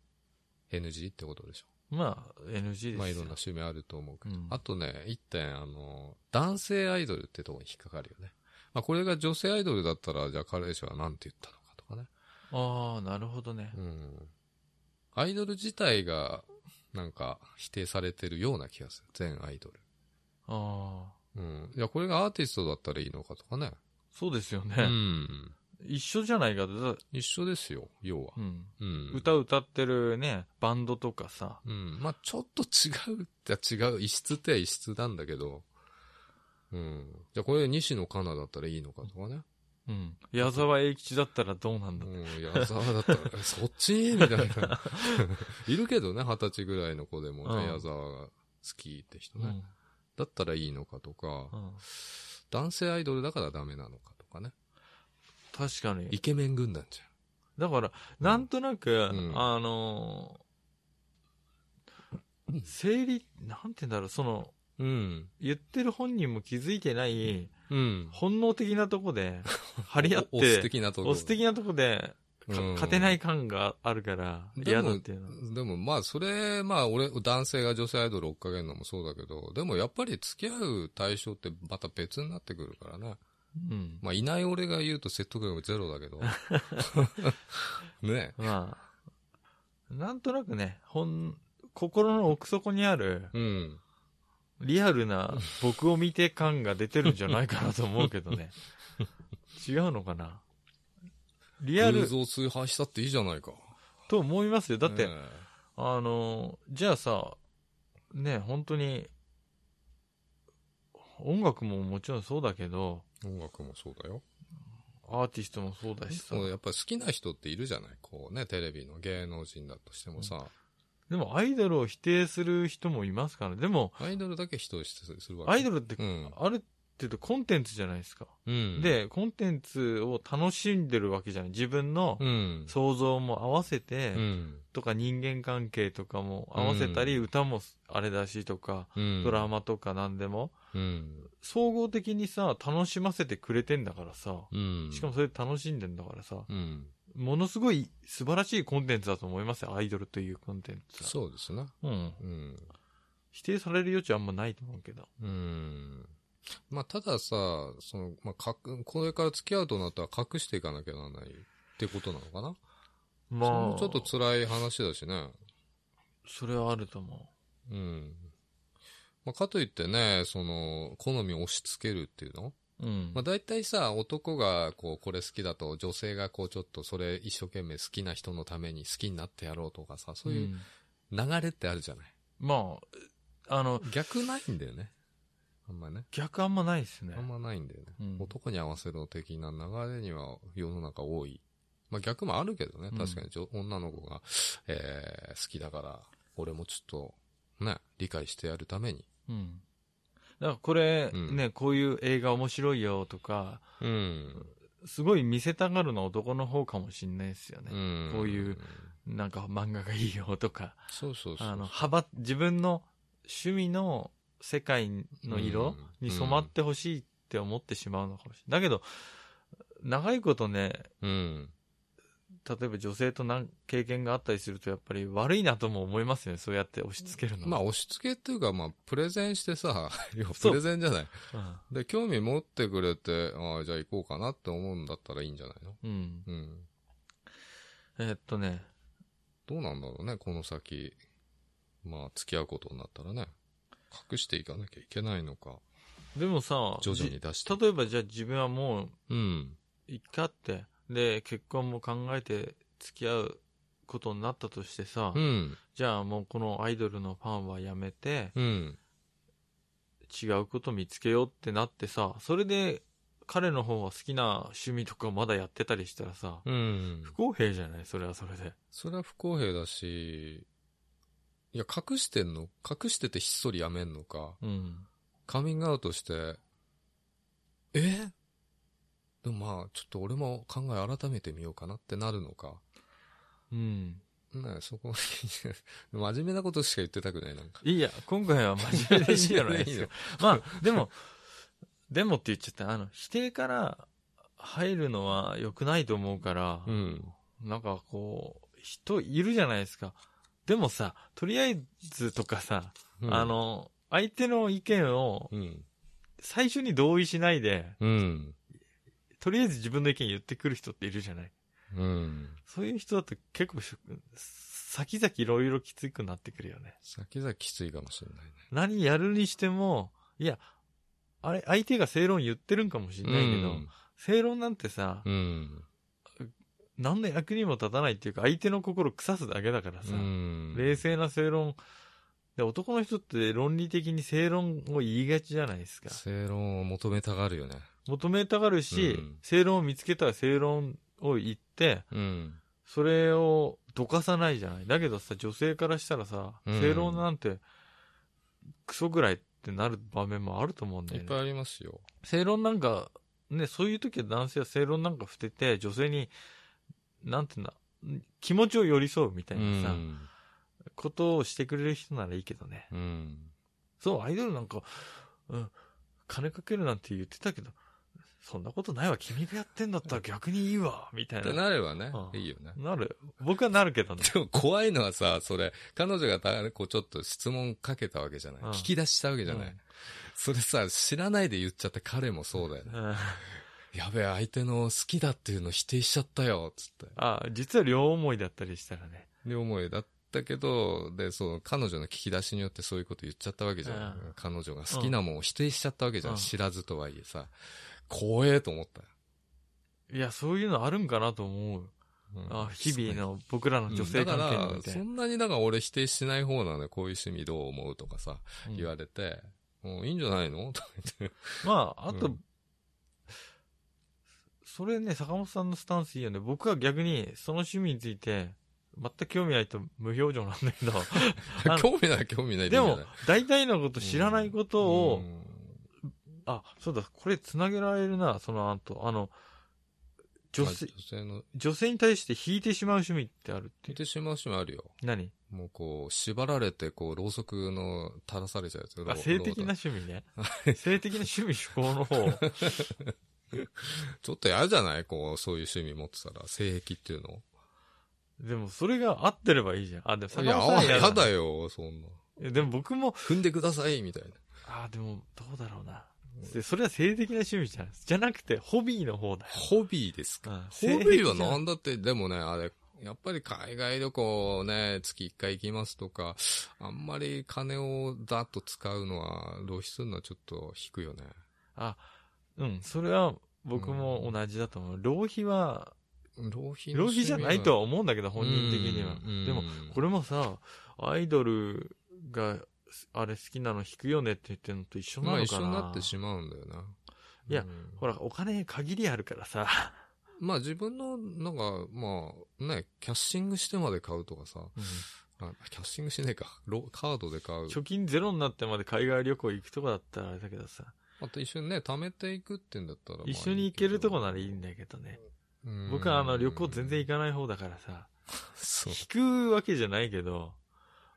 Speaker 2: NG ってことでしょ。
Speaker 1: まあ NG ですよ。
Speaker 2: まあいろんな趣味あると思うけど。
Speaker 1: うん
Speaker 2: あとね、一点、あの、男性アイドルってとこに引っかかるよね。まあこれが女性アイドルだったら、じゃあ彼氏は何て言ったのかとかね。
Speaker 1: ああ、なるほどね。
Speaker 2: うん。アイドル自体が、なんか、否定されてるような気がする。全アイドル。
Speaker 1: ああ、
Speaker 2: うん。いや、これがアーティストだったらいいのかとかね。
Speaker 1: そうですよね。
Speaker 2: うん。
Speaker 1: 一緒じゃないかと、だ
Speaker 2: 一緒ですよ、要は
Speaker 1: う。ん、
Speaker 2: うん。
Speaker 1: 歌歌ってるね、バンドとかさ、
Speaker 2: うん。まあちょっと違うって違う。異質っては異質なんだけど。うん。じゃあこれ西野カナだったらいいのかとかね。
Speaker 1: うん、矢沢永吉だったらどうなんだ、
Speaker 2: うん。矢沢だったら、 えそっちみたいな。 いるけどね、二十歳ぐらいの子でもね、
Speaker 1: うん
Speaker 2: 矢沢が好きって人
Speaker 1: うん
Speaker 2: ね。だったらいいのかとか、
Speaker 1: うん
Speaker 2: 男性アイドルだからダメなのかとかね。
Speaker 1: 確かに
Speaker 2: イ。ケメン軍団じ
Speaker 1: だから、なんとなく、
Speaker 2: ん
Speaker 1: あのー生理、なんて言うんだろう、その、
Speaker 2: ゃん。うん。
Speaker 1: 言ってる本人も気づいてない、
Speaker 2: うん。
Speaker 1: 本能的なとこ で、張り合っ
Speaker 2: オス
Speaker 1: て、
Speaker 2: 的なところ。
Speaker 1: オス的なとこで、か
Speaker 2: うん
Speaker 1: 勝てない感があるから、
Speaker 2: で
Speaker 1: 嫌
Speaker 2: も
Speaker 1: だっていうのは。
Speaker 2: でもまあそれ、まあ俺、男性が女性アイドル追っかけるのもそうだけど、でもやっぱり付き合う対象ってまた別になってくるからね。
Speaker 1: うん。
Speaker 2: まあいない俺が言うと説得力ゼロ だけど。 ね
Speaker 1: まあ、なんとなくね、ほん、心の奥底にある、
Speaker 2: え。うん。
Speaker 1: リアルな僕を見て感が出てるんじゃないかなと思うけど ね。違うのかなリア
Speaker 2: 偶
Speaker 1: ル
Speaker 2: 像崇拝したっていいじゃないか。
Speaker 1: と思いますよ。だって、
Speaker 2: ねえ
Speaker 1: あの、じゃあさ、ね、本当に、音楽ももちろんそうだけど、
Speaker 2: 音楽もそうだよ。
Speaker 1: アーティストもそうだしさ
Speaker 2: そ。うやっぱり好きな人っているじゃないこうね、テレビの芸能人だとしてもさ、
Speaker 1: でもアイドルを否定する人もいますから、でも、
Speaker 2: アイドルだけ人をしてするわけ。
Speaker 1: アイドルって
Speaker 2: うん。
Speaker 1: ある程度コンテンツじゃないですか。
Speaker 2: うん、
Speaker 1: で、コンテンツを楽しんでるわけじゃない。自分の
Speaker 2: うん。
Speaker 1: 想像も合わせて、
Speaker 2: うん。
Speaker 1: とか人間関係とかも合わせたり、
Speaker 2: う
Speaker 1: 歌もあれだしとか、
Speaker 2: うん。
Speaker 1: ドラマとか何でも、
Speaker 2: うん。
Speaker 1: 総合的にさ、楽しませてくれてんだからさ、
Speaker 2: うん。
Speaker 1: しかもそれで楽しんでんだからさ、
Speaker 2: うん。
Speaker 1: ものすごい素晴らしいコンテンツだと思いますよ、アイドルというコンテンツは。
Speaker 2: そうですね。
Speaker 1: うん。
Speaker 2: うん。
Speaker 1: 否定される余地はあんまないと思うけど。
Speaker 2: うん。まあ、たださ、その、まあ、かく、これから付き合うとなったら隠していかなきゃならないってことなのかなそれ
Speaker 1: ま
Speaker 2: も
Speaker 1: あ、
Speaker 2: ちょっと辛い話だしね。
Speaker 1: それはあると思
Speaker 2: うん。まあ、かといってね、その、好みを押し付けるっていうの
Speaker 1: う。うん。
Speaker 2: まあ、大体さ、男がこう、これ好きだと、女性がこう、ちょっとそれ一生懸命好きな人のために好きになってやろうとかさ、そういううん流れってあるじゃない。
Speaker 1: まあ、あの、
Speaker 2: 逆ないんだよね。あんまね。
Speaker 1: 逆あんまないですね
Speaker 2: あ。んまないんだよね。
Speaker 1: うん
Speaker 2: 男に合わせろ的な流れには世の中多い。まあ逆もあるけどね。
Speaker 1: うん
Speaker 2: 確かに女、女の子が、えー好きだから、俺もちょっと、ね、理解してやるために。
Speaker 1: うん。だからこれ、
Speaker 2: うん
Speaker 1: ね、こういう映画面白いよとか、
Speaker 2: うん。
Speaker 1: すごい見せたがるのは男の方かもしんないですよね。
Speaker 2: ん
Speaker 1: こういう。なんか漫画がいいよとか、
Speaker 2: そうそうそう。
Speaker 1: あの、幅、自分の趣味の世界の色に染まってほしいって思ってしまうのかもしれない。だけど、長いことね、
Speaker 2: うん。
Speaker 1: 例えば女性となん経験があったりすると、やっぱり悪いなとも思いますよね。そうやって押し付けるのは。
Speaker 2: まあ押し付けっていうか、まあプレゼンしてさ、要は
Speaker 1: そ
Speaker 2: プ
Speaker 1: う
Speaker 2: レゼンじゃない。
Speaker 1: うん
Speaker 2: で、興味持ってくれて、ああ、じゃあ行こうかなって思うんだったらいいんじゃないの
Speaker 1: うん。
Speaker 2: うん。
Speaker 1: えーっとね、
Speaker 2: どうなんだろうね、この先。まあ、付き合うことになったらね、隠していかなきゃいけないのか、
Speaker 1: でもさ、
Speaker 2: 徐々に出し
Speaker 1: じ
Speaker 2: て。
Speaker 1: 例えばじゃあ自分はもう、
Speaker 2: うん。
Speaker 1: いっかって、で、結婚も考えて付き合うことになったとしてさ、
Speaker 2: うん。
Speaker 1: じゃあもうこのアイドルのファンはやめて、
Speaker 2: うん。
Speaker 1: 違うこと見つけようってなってさ、それで彼の方は好きな趣味とかまだやってたりしたらさ、
Speaker 2: うん。
Speaker 1: 不公平じゃないそれはそれで。
Speaker 2: それは不公平だし、いや、隠してんの隠しててひっそりやめんのか、
Speaker 1: うん。
Speaker 2: カミングアウトして、えでもまあ、ちょっと俺も考え改めてみようかなってなるのか。
Speaker 1: うん。
Speaker 2: ねそこ、 真面目なことしか言ってたくない、なんか。
Speaker 1: いいや、今回は真面目でいいじゃないですか。 まあ、でも、でもって言っちゃった。あの、否定から入るのは良くないと思うから、
Speaker 2: うん。
Speaker 1: なんかこう、人いるじゃないですか。でもさ、とりあえずとかさ、
Speaker 2: うん
Speaker 1: あ、の、相手の意見を
Speaker 2: うん。
Speaker 1: 最初に同意しないで、
Speaker 2: うん。
Speaker 1: とりあえず自分の意見言ってくる人っているじゃない。
Speaker 2: うん。
Speaker 1: そういう人だと結構しょ、先々いろいろきつくなってくるよね。
Speaker 2: 先々きついかもしれないね。
Speaker 1: 何やるにしても、いや、あれ、相手が正論言ってるんかもしれないけど、正論なんてさ、
Speaker 2: うん。
Speaker 1: 何の役にも立たないっていうか、相手の心腐すだけだからさ、
Speaker 2: うん。
Speaker 1: 冷静な正論、で、男の人って論理的に正論を言いがちじゃないですか。
Speaker 2: 正論を求めたがるよね。
Speaker 1: 求めたがるし、
Speaker 2: うん
Speaker 1: 正論を見つけたら正論を言って、
Speaker 2: うん。
Speaker 1: それをどかさないじゃない。だけどさ、女性からしたらさ、
Speaker 2: うん
Speaker 1: 正論なんて、クソぐらいってなる場面もあると思うんだ
Speaker 2: いっ
Speaker 1: よ
Speaker 2: ぱい
Speaker 1: ね。
Speaker 2: ありますよ。
Speaker 1: 正論なんか、ね、そういう時は男性は正論なんか捨てて、女性に、なんていうんだ、気持ちを寄り添うみた
Speaker 2: う
Speaker 1: いなさ、
Speaker 2: ん。
Speaker 1: ことをしてくれる人ならいいけどね。
Speaker 2: うん。
Speaker 1: そう、アイドルなんか、うん、金かけるなんて言ってたけど、そんなことないわ、君がやってんだったら逆にいいわ、みた
Speaker 2: っ
Speaker 1: い
Speaker 2: て
Speaker 1: な。
Speaker 2: なればね
Speaker 1: う、ん
Speaker 2: いいよね。
Speaker 1: なる。僕はなるけどね。
Speaker 2: でも怖いのはさ、それ、彼女がた、こうちょっと質問かけたわけじゃない。
Speaker 1: うん
Speaker 2: 聞き出したわけじゃない。
Speaker 1: うん
Speaker 2: それさ、知らないで言っちゃって彼もそうだよね。
Speaker 1: うん
Speaker 2: やべえ、相手の好きだっていうの否定しちゃったよ、つって。
Speaker 1: あ、実は両思いだったりしたらね。
Speaker 2: で、思いだったけど、で、そう、彼女の聞き出しによってそういうこと言っちゃったわけじゃん。
Speaker 1: うん
Speaker 2: 彼女が好きなもんを否定しちゃったわけじゃん。
Speaker 1: うん
Speaker 2: 知らずとはいえさ、怖えと思ったよ。
Speaker 1: いや、そういうのあるんかなと思う。
Speaker 2: うん
Speaker 1: あ日々の僕らの女性関係におい
Speaker 2: だから、
Speaker 1: て
Speaker 2: そ。んなになんか俺否定しない方なのよ。こういう趣味どう思うとかさ、
Speaker 1: うん
Speaker 2: 言われて、もういいんじゃないのとか言って。
Speaker 1: まあ、あと、
Speaker 2: うん
Speaker 1: それね、坂本さんのスタンスいいよね。僕は逆に、その趣味について、全く興味ないと無表情なんだけど。あの
Speaker 2: 興味ない興味ない
Speaker 1: で
Speaker 2: いいんじ
Speaker 1: も
Speaker 2: ゃない、
Speaker 1: 大体のこと知らないことを、
Speaker 2: うん
Speaker 1: あ、そうだ、これ繋げられるな、その後。あの、女
Speaker 2: まあ
Speaker 1: 性、
Speaker 2: 女性の、
Speaker 1: 女性に対して引いてしまう趣味ってあるって
Speaker 2: 見。てしまう趣味あるよ。
Speaker 1: 何
Speaker 2: もうこう、縛られて、こう、ろうそくの垂らされちゃうやつ。ろ
Speaker 1: あ、
Speaker 2: う
Speaker 1: 性的な。
Speaker 2: ろう
Speaker 1: 趣味 ね。性的な趣味趣向の方。
Speaker 2: ちょっと嫌じゃないこう、そういう趣味持ってたら、性癖っていうの。
Speaker 1: でも、それが合ってればいいじゃん。あ、でも、
Speaker 2: い
Speaker 1: 坂
Speaker 2: や、
Speaker 1: 本さん
Speaker 2: 嫌だ
Speaker 1: よ。
Speaker 2: よ、そんな。
Speaker 1: いやでも僕も、
Speaker 2: 踏んでください、みたいな。
Speaker 1: あ、でも、どうだろうな
Speaker 2: うん。
Speaker 1: でそれは性的な趣味じゃん。じゃなくて、ホビーの方だよ。
Speaker 2: ホビーですか
Speaker 1: うん
Speaker 2: ホビーは
Speaker 1: 性癖じゃ
Speaker 2: なんだって、でもね、あれ、やっぱり海外旅行ね、月1回行きますとか、あんまり金をだっと使うのは、浪費するのはちょっと引くよね。
Speaker 1: うん、それは、僕も同じだと思う。浪費は、
Speaker 2: 浪費の
Speaker 1: 浪費じゃないとは思うんだけど、
Speaker 2: 趣
Speaker 1: 本
Speaker 2: 味
Speaker 1: 人的には
Speaker 2: うん。
Speaker 1: でも、
Speaker 2: うん
Speaker 1: これもさ、アイドルが、あれ好きなの弾くよねって言ってるのと一緒な
Speaker 2: まあ
Speaker 1: の
Speaker 2: 一
Speaker 1: か
Speaker 2: 緒
Speaker 1: な、
Speaker 2: になってしまうんだよな。
Speaker 1: いや
Speaker 2: うん
Speaker 1: ほら、お金限りあるからさ。
Speaker 2: まあ自分の、なんか、まあね、キャッシングしてまで買うとかさ、あキャッシングしねえか、ロカードで買う。
Speaker 1: 貯金ゼロになってまで海外旅行行くとこだったらあれだけどさ。
Speaker 2: あと一緒にね、貯めていくってんだったら。
Speaker 1: 一緒に行けるとこならいいん
Speaker 2: だ。
Speaker 1: だけどね。
Speaker 2: うん
Speaker 1: 僕はあの旅行全然行かない方だからさ。
Speaker 2: そう。
Speaker 1: 引くわけじゃないけど、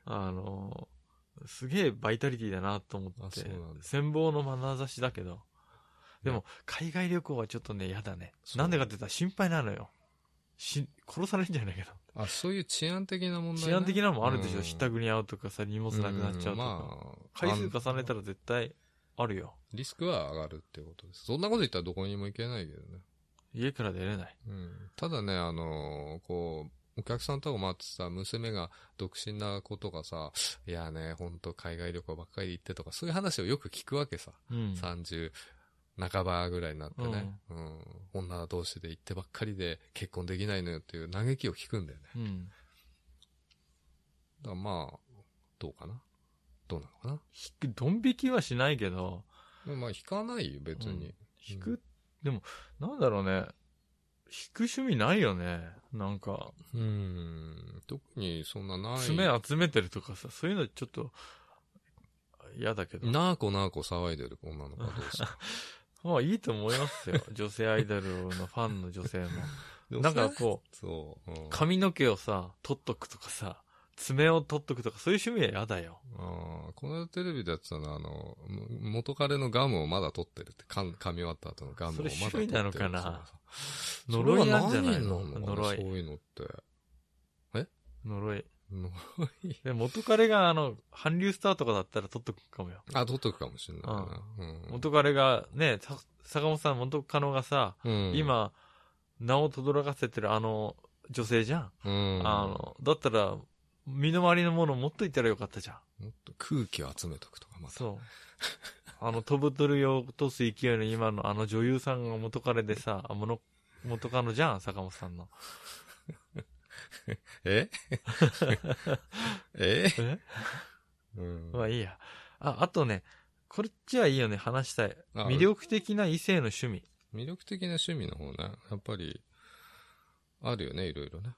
Speaker 1: あの、すげえバイタリティだなと思っ
Speaker 2: あ
Speaker 1: て
Speaker 2: そうなん。だ
Speaker 1: 羨望の眼差しだけど。でも、海外旅行はちょっとね、嫌だね。
Speaker 2: そう
Speaker 1: なんでかって言ったら心配なのよ。し、殺されるんじゃないかと。
Speaker 2: あ、そういう治安的な問題、ね、
Speaker 1: 治安的なのもあるでし
Speaker 2: う
Speaker 1: ょ。
Speaker 2: ん
Speaker 1: ひったくり合うとかさ、荷物なくなっちゃうとか。
Speaker 2: んまあ、
Speaker 1: 回数重ねた
Speaker 2: ら。
Speaker 1: ら絶対あるよ。
Speaker 2: リスクは上がるっていうことです。そんなこと言ったらどこにも行けないけどね。
Speaker 1: 家から出れない。
Speaker 2: うん、ただね、あのーこう、お客さんとかもあってさ、娘が独身な子とかさ、いやね、ほんと海外旅行ばっかり行ってとか、そういう話をよく聞くわけさ。
Speaker 1: うん。
Speaker 2: 30半ばぐらいになってね、うん女同士で行ってばっかりで結婚できないのよっていう嘆きを聞くんだよね。
Speaker 1: うん。
Speaker 2: だからまあ、どうかなどうなのかな
Speaker 1: ひく、ドン引きはしないけど、
Speaker 2: でもまあ、引かないよ、別に。
Speaker 1: 引く、でも、なんだろうね。引く趣味ないよね。なんか、
Speaker 2: うん。特にそんなない。
Speaker 1: 爪集めてるとかさ、そういうのちょっと、嫌だけど。
Speaker 2: なーこなーこ騒いでる女の子どう する
Speaker 1: まあいいと思います よ。女性アイドルのファンの女性も。なんかこう、
Speaker 2: そう。うん
Speaker 1: 髪の毛をさ、取っとくとかさ、爪を取っとくとか、そういう趣味は嫌だよ。
Speaker 2: ああ、この間テレビでやってたのは、あの、も元彼のガムをまだ取ってるって、噛ん噛み終わった後のガムをまだ取ってるっていうのがさ。
Speaker 1: それ趣味なのかな呪
Speaker 2: 呪い
Speaker 1: い
Speaker 2: な
Speaker 1: なんん
Speaker 2: じ
Speaker 1: じゃ
Speaker 2: ゃな
Speaker 1: ないい
Speaker 2: の
Speaker 1: の
Speaker 2: 呪
Speaker 1: 呪い
Speaker 2: い。そういうのって。
Speaker 1: 呪い。
Speaker 2: 呪い。
Speaker 1: で元彼が、あの、韓流スターとかだったら取っとくかもよ。
Speaker 2: あ、取っとくかもしれないな。うん。
Speaker 1: 元彼が、ね、さ坂本さん、元カノがさ、
Speaker 2: うん、
Speaker 1: 今、名を轟かせてるあの女性じゃん。
Speaker 2: うん、
Speaker 1: あの、だったら、身の回りのものを持っといたらよかったじゃん。
Speaker 2: もっと空気を集めとくとか、また。
Speaker 1: そう。 あの、飛ぶ鳥を落とす勢いの今のあの女優さんが元彼でさ、あ元元カノじゃん、坂本さんの。
Speaker 2: ええ
Speaker 1: え
Speaker 2: うん。
Speaker 1: まあいいや。あ、あとね、こっちはいいよね、話したい。
Speaker 2: あ
Speaker 1: 魅力的な異性の趣味。
Speaker 2: 魅力的な趣味の方ね。やっぱり、あるよね、いろいろね。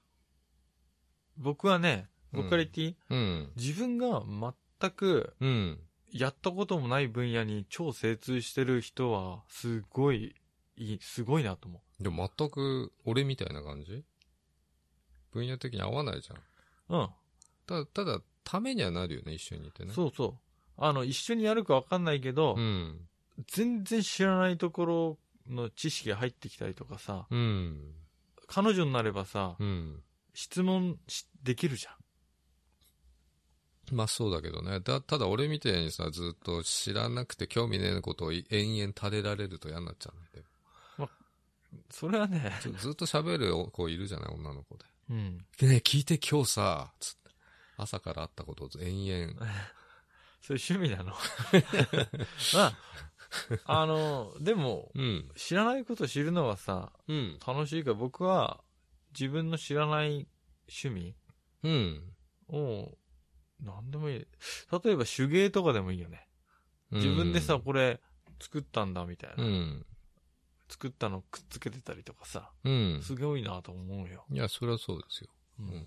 Speaker 1: 僕はね、
Speaker 2: うん
Speaker 1: 僕から言っていい、
Speaker 2: うん。
Speaker 1: 自分が全く
Speaker 2: うん。
Speaker 1: やったこともない分野に超精通してる人は、すごい、いい、すごいなと思
Speaker 2: でも全く俺みたいな感じ分野的に合わないじゃん。
Speaker 1: う。うん。
Speaker 2: ただ、ただ、ためにはなるよね、一緒にいてね。
Speaker 1: そうそう。あの、一緒にやるかわかんないけど、
Speaker 2: うん。
Speaker 1: 全然知らないところの知識が入ってきたりとかさ、
Speaker 2: うん。
Speaker 1: 彼女になればさ、
Speaker 2: うん。
Speaker 1: 質問しできるじゃん。
Speaker 2: まあそうだけどね。だ、ただ俺みたいにさ、ずっと知らなくて興味ねえことを延々垂れられると嫌になっちゃうんだよ。
Speaker 1: それはね、
Speaker 2: ずずっと喋る子いるじゃない、女の子で。
Speaker 1: うん。
Speaker 2: でね、聞いて今日さ、つって。朝から会ったことを延々。
Speaker 1: そういう趣味な の。 まあ、あの、でも、
Speaker 2: うん。
Speaker 1: 知らないこと知るのはさ、
Speaker 2: うん。
Speaker 1: 楽しいから僕は自分の知らない趣味
Speaker 2: うん。
Speaker 1: を、なんでもいい。例えば手芸とかでもいいよね。自分でさ、これ作ったんだみたいな。
Speaker 2: うん。
Speaker 1: 作ったのくっつけてたりとかさ、
Speaker 2: うん。
Speaker 1: すごいなと思うよ。
Speaker 2: いや、それはそうですよ。
Speaker 1: う
Speaker 2: うんん。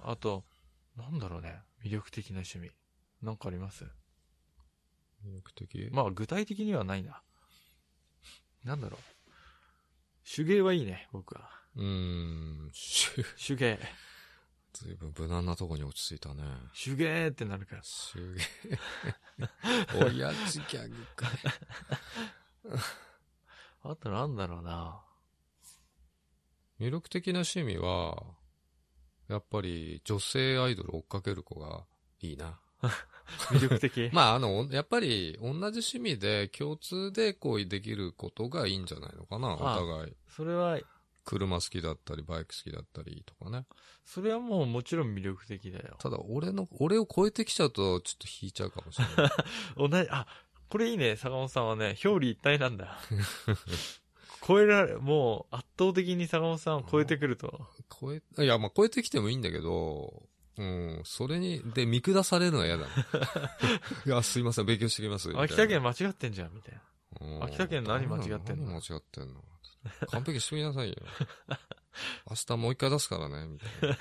Speaker 1: あと、なんだろうね。魅力的な趣味。なんかあります
Speaker 2: 魅力的
Speaker 1: まあ、具体的にはないな。なんだろう。手芸はいいね、僕は。
Speaker 2: うーん、 しゅ、
Speaker 1: 手芸。
Speaker 2: ずいぶん無難なとこに落ち着いたね。
Speaker 1: 手芸ってなるから。
Speaker 2: すげ え。親父ギャグか。
Speaker 1: あとなんだろうな。
Speaker 2: 魅力的な趣味は、やっぱり女性アイドル追っかける子がいいな。。
Speaker 1: 魅力的
Speaker 2: まあ、あの、おやっぱり同じ趣味で共通で恋できることがいいんじゃないのかな、お
Speaker 1: あ
Speaker 2: 互い。
Speaker 1: それは、
Speaker 2: 車好きだったり、バイク好きだったりとかね。
Speaker 1: それはもうもちろん魅力的だよ。
Speaker 2: ただ、俺の、俺を超えてきちゃうと、ちょっと引いちゃうかもしれない。
Speaker 1: 同じ、あ、これいいね、坂本さんはね、表裏一体なん だ。超えられ、もう圧倒的に坂本さんを超えてくると。
Speaker 2: 超え、いや、まあ、超えてきてもいいんだけど、うん、それに、で、見下されるのは嫌だ ね。いや、すいません、勉強してきます。みたいな
Speaker 1: 秋田県間違ってんじゃん、みたいな。
Speaker 2: うん
Speaker 1: 秋田県何間違ってんの
Speaker 2: 何間違ってんの完璧してみな さいよ。明日もう一回出すからね、みたいな。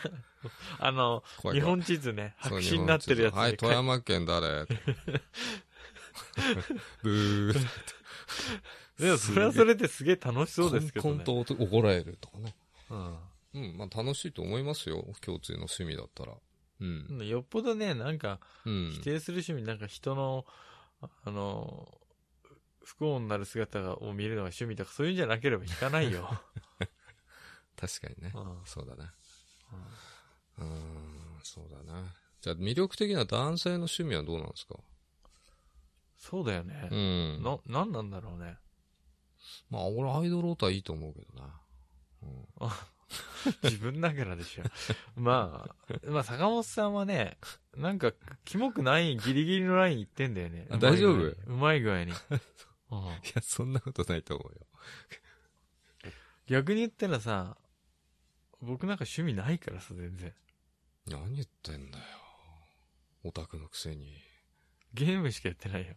Speaker 1: あの、
Speaker 2: 怖い怖い
Speaker 1: 日本地図ね、
Speaker 2: そう
Speaker 1: 白紙になってるやつ
Speaker 2: 日本地
Speaker 1: で
Speaker 2: 図はい、富山県誰 ブー。
Speaker 1: でも、それはそれですげえ楽しそうですけど
Speaker 2: コ
Speaker 1: ね
Speaker 2: ン。コンと怒られるとかね。
Speaker 1: うん
Speaker 2: うん、まあ楽しいと思いますよ。共通の趣味だったら。うん。
Speaker 1: よっぽどね、なんか、
Speaker 2: うん。
Speaker 1: 否定する趣味、なんか人の、あの、不幸になる姿を見るのが趣味とか、そういうんじゃなければいかない よ。
Speaker 2: 確かにね
Speaker 1: う。ん
Speaker 2: そうだね。うーん、そうだな。じゃあ、魅力的な男性の趣味はどうなんですか
Speaker 1: そうだよ
Speaker 2: う
Speaker 1: ね。
Speaker 2: ん。
Speaker 1: な、なんなんだろうね。
Speaker 2: まあ、俺、アイドルオタいいと思うけどな。うん
Speaker 1: あ 自分ながらでしょ。まあ、まあ、坂本さんはね、なんか、キモくないギリギリのライン行ってんだよね。
Speaker 2: あ大丈夫
Speaker 1: うまい具合に。うん
Speaker 2: いや、そんなことないと思うよ。
Speaker 1: 逆に言ったらさ、僕なんか趣味ないからさ、全然。
Speaker 2: 何言ってんだよ。オタクのくせに。
Speaker 1: ゲームしかやってないよ。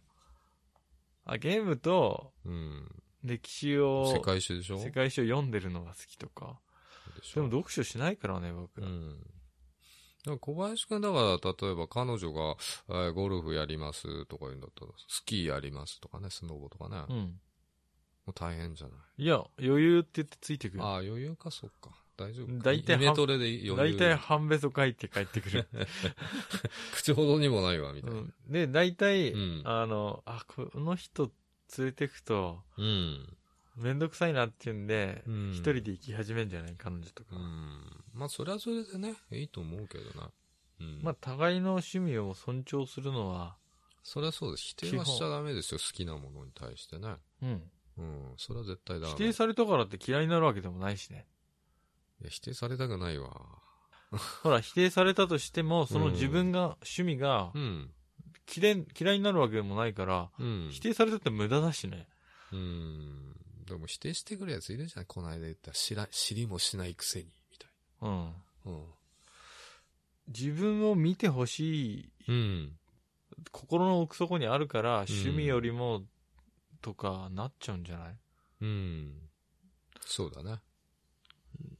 Speaker 1: あ、ゲームと、
Speaker 2: うん。
Speaker 1: 歴史を、
Speaker 2: 世界史でしょ
Speaker 1: 世界史を読んでるのが好きとか。
Speaker 2: でし
Speaker 1: で
Speaker 2: ょ
Speaker 1: も読書しないからね、僕。
Speaker 2: うん。だから小林くんだから、例えば彼女が、えーゴルフやりますとか言うんだったら、スキーやりますとかね、スノボとかね。
Speaker 1: う
Speaker 2: も
Speaker 1: ん。
Speaker 2: う大変じゃない。
Speaker 1: いや、余裕って言ってついてくる。
Speaker 2: ああ、余裕か、そっか。大丈夫か。
Speaker 1: 大体半
Speaker 2: イメトレで余裕。
Speaker 1: 大体半べそ書いて帰ってくる。
Speaker 2: 口ほどにもないわ、みた
Speaker 1: う
Speaker 2: いな。
Speaker 1: ん、で、大体、
Speaker 2: うん
Speaker 1: あの、あ、この人連れてくと、
Speaker 2: うん。
Speaker 1: めんどくさいなっていうんで、一、
Speaker 2: うん
Speaker 1: 人で行き始めんじゃない彼女とか。
Speaker 2: うん。まあ、それはそれでね、いいと思うけどな。うん。
Speaker 1: まあ、互いの趣味を尊重するのは、
Speaker 2: それはそうです。否定はしちゃダメですよ、好きなものに対してね。
Speaker 1: うん。
Speaker 2: うん。それは絶対ダメ。
Speaker 1: 否定されたからって嫌いになるわけでもないしね。
Speaker 2: いや否定されたくないわ。
Speaker 1: ほら、否定されたとしても、その自分が、趣味が
Speaker 2: うん。
Speaker 1: 嫌い、嫌いになるわけでもないから、
Speaker 2: うん。
Speaker 1: 否定されたって無駄だしね。
Speaker 2: うーん。でも否定してくるやついるじゃん。この間言った知ら、知りもしないくせに、みたい
Speaker 1: うん。
Speaker 2: な。
Speaker 1: 自分を見てほしい
Speaker 2: うん。うん。
Speaker 1: 心の奥底にあるから、趣味よりも、とか、なっちゃうんじゃない
Speaker 2: うん。そうだね。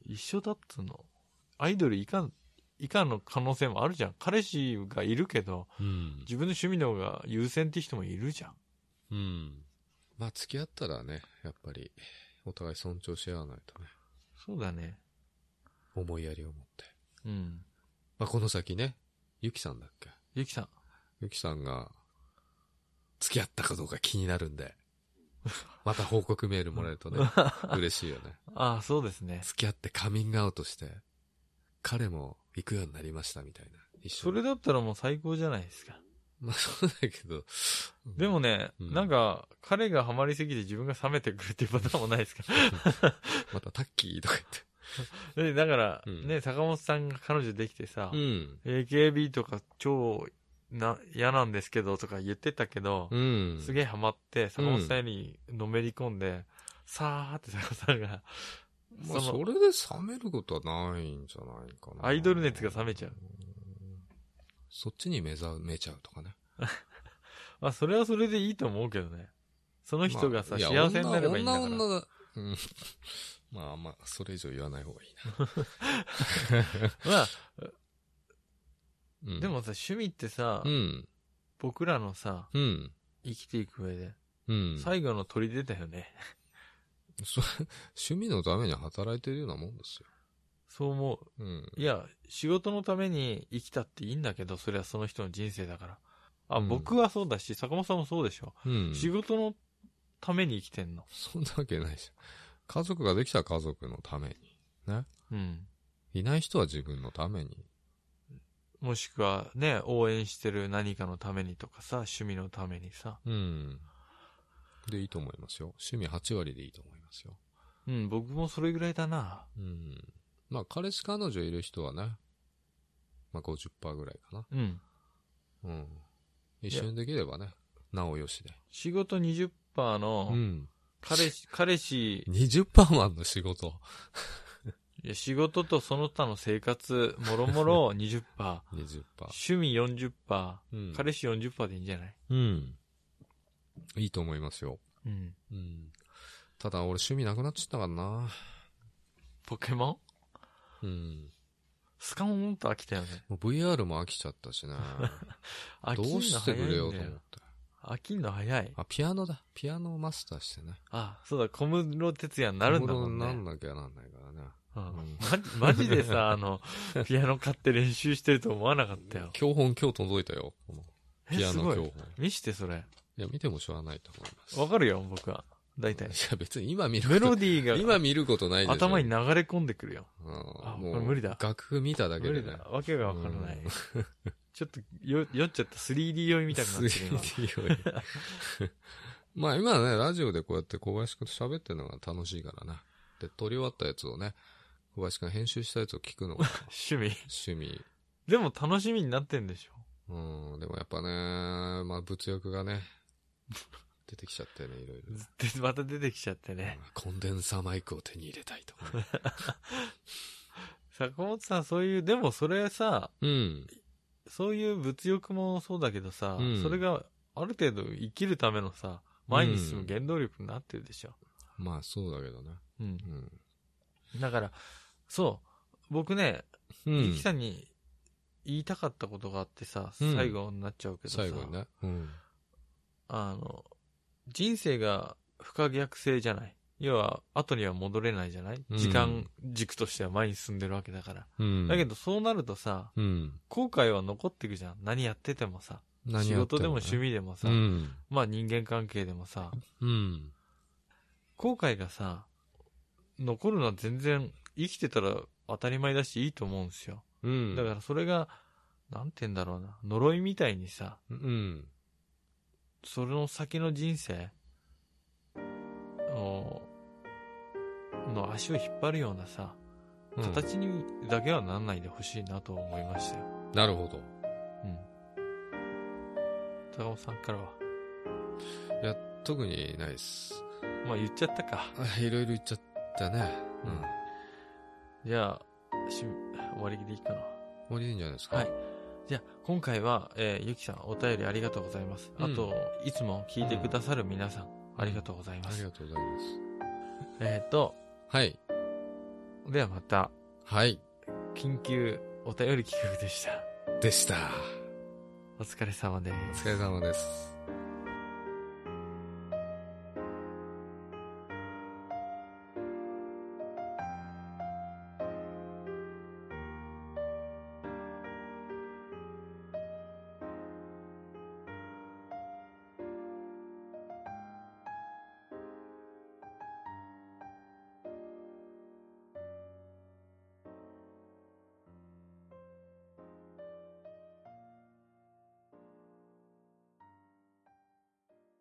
Speaker 1: 一緒だっつうの。アイドル以下、以下の可能性もあるじゃん。彼氏がいるけど、
Speaker 2: うん。
Speaker 1: 自分の趣味の方が優先って人もいるじゃん。
Speaker 2: うん。まあ付き合ったらね、やっぱり、お互い尊重し合わないとね。
Speaker 1: そうだね。
Speaker 2: 思いやりを持って。
Speaker 1: うん。
Speaker 2: まあこの先ね、ゆきさんだっけ
Speaker 1: ゆきさん。
Speaker 2: ゆきさんが、付き合ったかどうか気になるんで、また報告メールもらえ るとね、嬉しいよね。
Speaker 1: ああ、そうですね。
Speaker 2: 付き合ってカミングアウトして、彼も行くようになりましたみたいな。一緒
Speaker 1: そ
Speaker 2: に
Speaker 1: れだったらもう最高じゃないですか。
Speaker 2: まあそうだけど。
Speaker 1: でも
Speaker 2: ね、
Speaker 1: ね、
Speaker 2: うん
Speaker 1: なんか、彼がハマりすぎて自分が冷めてくるっていうパターンもない ですか。
Speaker 2: またタッキーとか
Speaker 1: でだから、
Speaker 2: うん
Speaker 1: ね、坂本さんが彼女できてさ、
Speaker 2: 言って。
Speaker 1: AKB とか超な嫌なんですけどとか言ってたけど、
Speaker 2: うん。うん。
Speaker 1: す
Speaker 2: え。
Speaker 1: げえハマって、坂本さんにのめり込んで、さーって坂本さんが、
Speaker 2: ま
Speaker 1: そ
Speaker 2: あそ
Speaker 1: の
Speaker 2: れで冷めることはないんじゃないかな。
Speaker 1: アイドル熱が冷めちゃう。
Speaker 2: そっちに目覚めちゃうとかね。
Speaker 1: まあ、それはそれでいいと思うけどね。その人がさ、
Speaker 2: まあいや
Speaker 1: 幸せになればいいんだから。
Speaker 2: 女女が、うん。 まあまあ、それ以上言わない方がいい
Speaker 1: まあ、
Speaker 2: な。うん
Speaker 1: で、もさ、趣味ってさ、
Speaker 2: うん。
Speaker 1: 僕らのさ、
Speaker 2: うん。
Speaker 1: 生きていく上で、
Speaker 2: うん。
Speaker 1: 最後の取り出だよね。
Speaker 2: そ趣味のために働いてるようなもんですよ。
Speaker 1: そう思う。
Speaker 2: うん。
Speaker 1: いや、仕事のために生きたっていいんだけど、それはその人の人生だから。あ、
Speaker 2: うん
Speaker 1: 僕はそうだし、坂本さんもそうでしょ。
Speaker 2: うん。
Speaker 1: 仕事のために生きてんの。
Speaker 2: そんなわけないじゃん。家族ができたら家族のために。
Speaker 1: うん。
Speaker 2: いない人は自分のために。
Speaker 1: もしくはね、応援してる何かのためにとかさ、趣味のためにさ。
Speaker 2: うん。でいいと思いますよ。趣味8割でいいと思いますよ。
Speaker 1: うん、僕もそれぐらいだな。
Speaker 2: うん。まあ、彼氏彼女いる人はね、まあ50%ぐらいかな。
Speaker 1: うん。
Speaker 2: うん。一緒にできればね、なおよしで。
Speaker 1: 仕事20%
Speaker 2: う
Speaker 1: の、
Speaker 2: ん。
Speaker 1: 彼氏、彼氏、
Speaker 2: 20%もあんの仕事。
Speaker 1: いや仕事とその他の生活、もろも ろ20%、
Speaker 2: 20%。
Speaker 1: 趣味40%、
Speaker 2: うん。
Speaker 1: 彼氏40%でいいんじゃない
Speaker 2: うん。いいと思いますよ。
Speaker 1: うん。
Speaker 2: うん。ただ俺趣味なくなっちゃったからな。
Speaker 1: ポケモン
Speaker 2: うん。
Speaker 1: スカモンと飽きたよね。
Speaker 2: もう VR も飽きちゃったしね。
Speaker 1: 飽
Speaker 2: ど
Speaker 1: きんの
Speaker 2: うしてくれよ
Speaker 1: 早いん
Speaker 2: と
Speaker 1: だ
Speaker 2: 思って。
Speaker 1: 飽きんの早い。
Speaker 2: あ、ピアノだ。ピアノをマスターしてね。
Speaker 1: あ、そうだ、小室哲也になるんだもんね。
Speaker 2: なんなきゃなんないからね。
Speaker 1: うんママジでさ、 あの、ピアノ買って練習してると思わなかったよ。
Speaker 2: 教本今日届いたよ。この
Speaker 1: え
Speaker 2: ピア
Speaker 1: す
Speaker 2: ノ
Speaker 1: ご
Speaker 2: 教本。
Speaker 1: い
Speaker 2: い
Speaker 1: 見してそれ。
Speaker 2: や、見てもしょうがないと思います。
Speaker 1: わかるよ、僕は。大
Speaker 2: い
Speaker 1: 体。
Speaker 2: や、別に今見る
Speaker 1: メ
Speaker 2: こ
Speaker 1: ロディ
Speaker 2: と、
Speaker 1: ー
Speaker 2: 今見ることないでし
Speaker 1: が
Speaker 2: ょ。
Speaker 1: 頭に流れ込んでくるよ。
Speaker 2: うん。
Speaker 1: あ
Speaker 2: も
Speaker 1: これ無理だ
Speaker 2: 楽譜見ただけ
Speaker 1: 無
Speaker 2: で
Speaker 1: 理
Speaker 2: ね
Speaker 1: だ。。わけがわからない
Speaker 2: うん。
Speaker 1: ちょっとよ、酔っちゃった 3D 酔いみたいになってる今
Speaker 2: 3D よ りまあ今はね、ラジオでこうやって小林くんと喋ってるのが楽しいからね。で、撮り終わったやつをね、小林くん編集したやつを聞くのが
Speaker 1: 趣味。
Speaker 2: 趣 味。
Speaker 1: でも楽しみになってんでしょ。
Speaker 2: うん、でもやっぱね、まあ物欲がね、出てきちゃってね、いろいろ。
Speaker 1: で、また出てきちゃってね。
Speaker 2: コンデンサーマイクを手に入れたいとかね。
Speaker 1: 坂本さん、そういう、でもそれさ、
Speaker 2: うん。
Speaker 1: そういう物欲もそうだけどさ、
Speaker 2: うん
Speaker 1: それがある程度生きるためのさ、前に進む原動力になってるでしょ。
Speaker 2: まあそうだけどね。
Speaker 1: うん。
Speaker 2: うん。
Speaker 1: だから、そう、僕ね、
Speaker 2: う
Speaker 1: ゆ
Speaker 2: ん
Speaker 1: き。さんに言いたかったことがあってさ、
Speaker 2: うん
Speaker 1: 最後になっちゃうけどさ、
Speaker 2: 最後にね。うん。
Speaker 1: あの、人生が不可逆性じゃない。要は、後には戻れないじゃない、
Speaker 2: うん
Speaker 1: 時間軸としては前に進んでるわけだから。
Speaker 2: うん。
Speaker 1: だけど、そうなるとさ、
Speaker 2: うん。
Speaker 1: 後悔は残っていくじゃん。何やっててもさ。
Speaker 2: 何
Speaker 1: 仕
Speaker 2: やって
Speaker 1: 事でも趣味でもさ、
Speaker 2: うん。
Speaker 1: まあ人間関係でもさ、
Speaker 2: うん。
Speaker 1: 後悔がさ、残るのは全然生きてたら当たり前だしいいと思うんですよ。
Speaker 2: うん。
Speaker 1: だからそれが、なんて言うんだろうな、呪いみたいにさ、
Speaker 2: うん。
Speaker 1: その先の人生の、の足を引っ張るようなさ、
Speaker 2: うん
Speaker 1: 形にだけはなんないでほしいなと思いましたよ。
Speaker 2: なるほ
Speaker 1: う
Speaker 2: ど。
Speaker 1: ん。高尾さんからは。
Speaker 2: 特にないです。
Speaker 1: まあ言っちゃったか。
Speaker 2: あいろいろ言っちゃったね。うん。
Speaker 1: うんじゃあ、し終わりでいいかな。
Speaker 2: 終わりでいいんじゃないですか。
Speaker 1: はい。。じゃあ、今回は、えーゆきさん、お便りありがとうございます。
Speaker 2: うん
Speaker 1: あと、いつも聞いてくださる皆さん、ありがとうございま
Speaker 2: あり
Speaker 1: す。
Speaker 2: がとうございます。
Speaker 1: えっ、と、
Speaker 2: はい。
Speaker 1: ではまた、
Speaker 2: はい。
Speaker 1: 緊急お便り企画でした。
Speaker 2: でした。
Speaker 1: お疲れ様です。
Speaker 2: お疲れ様です。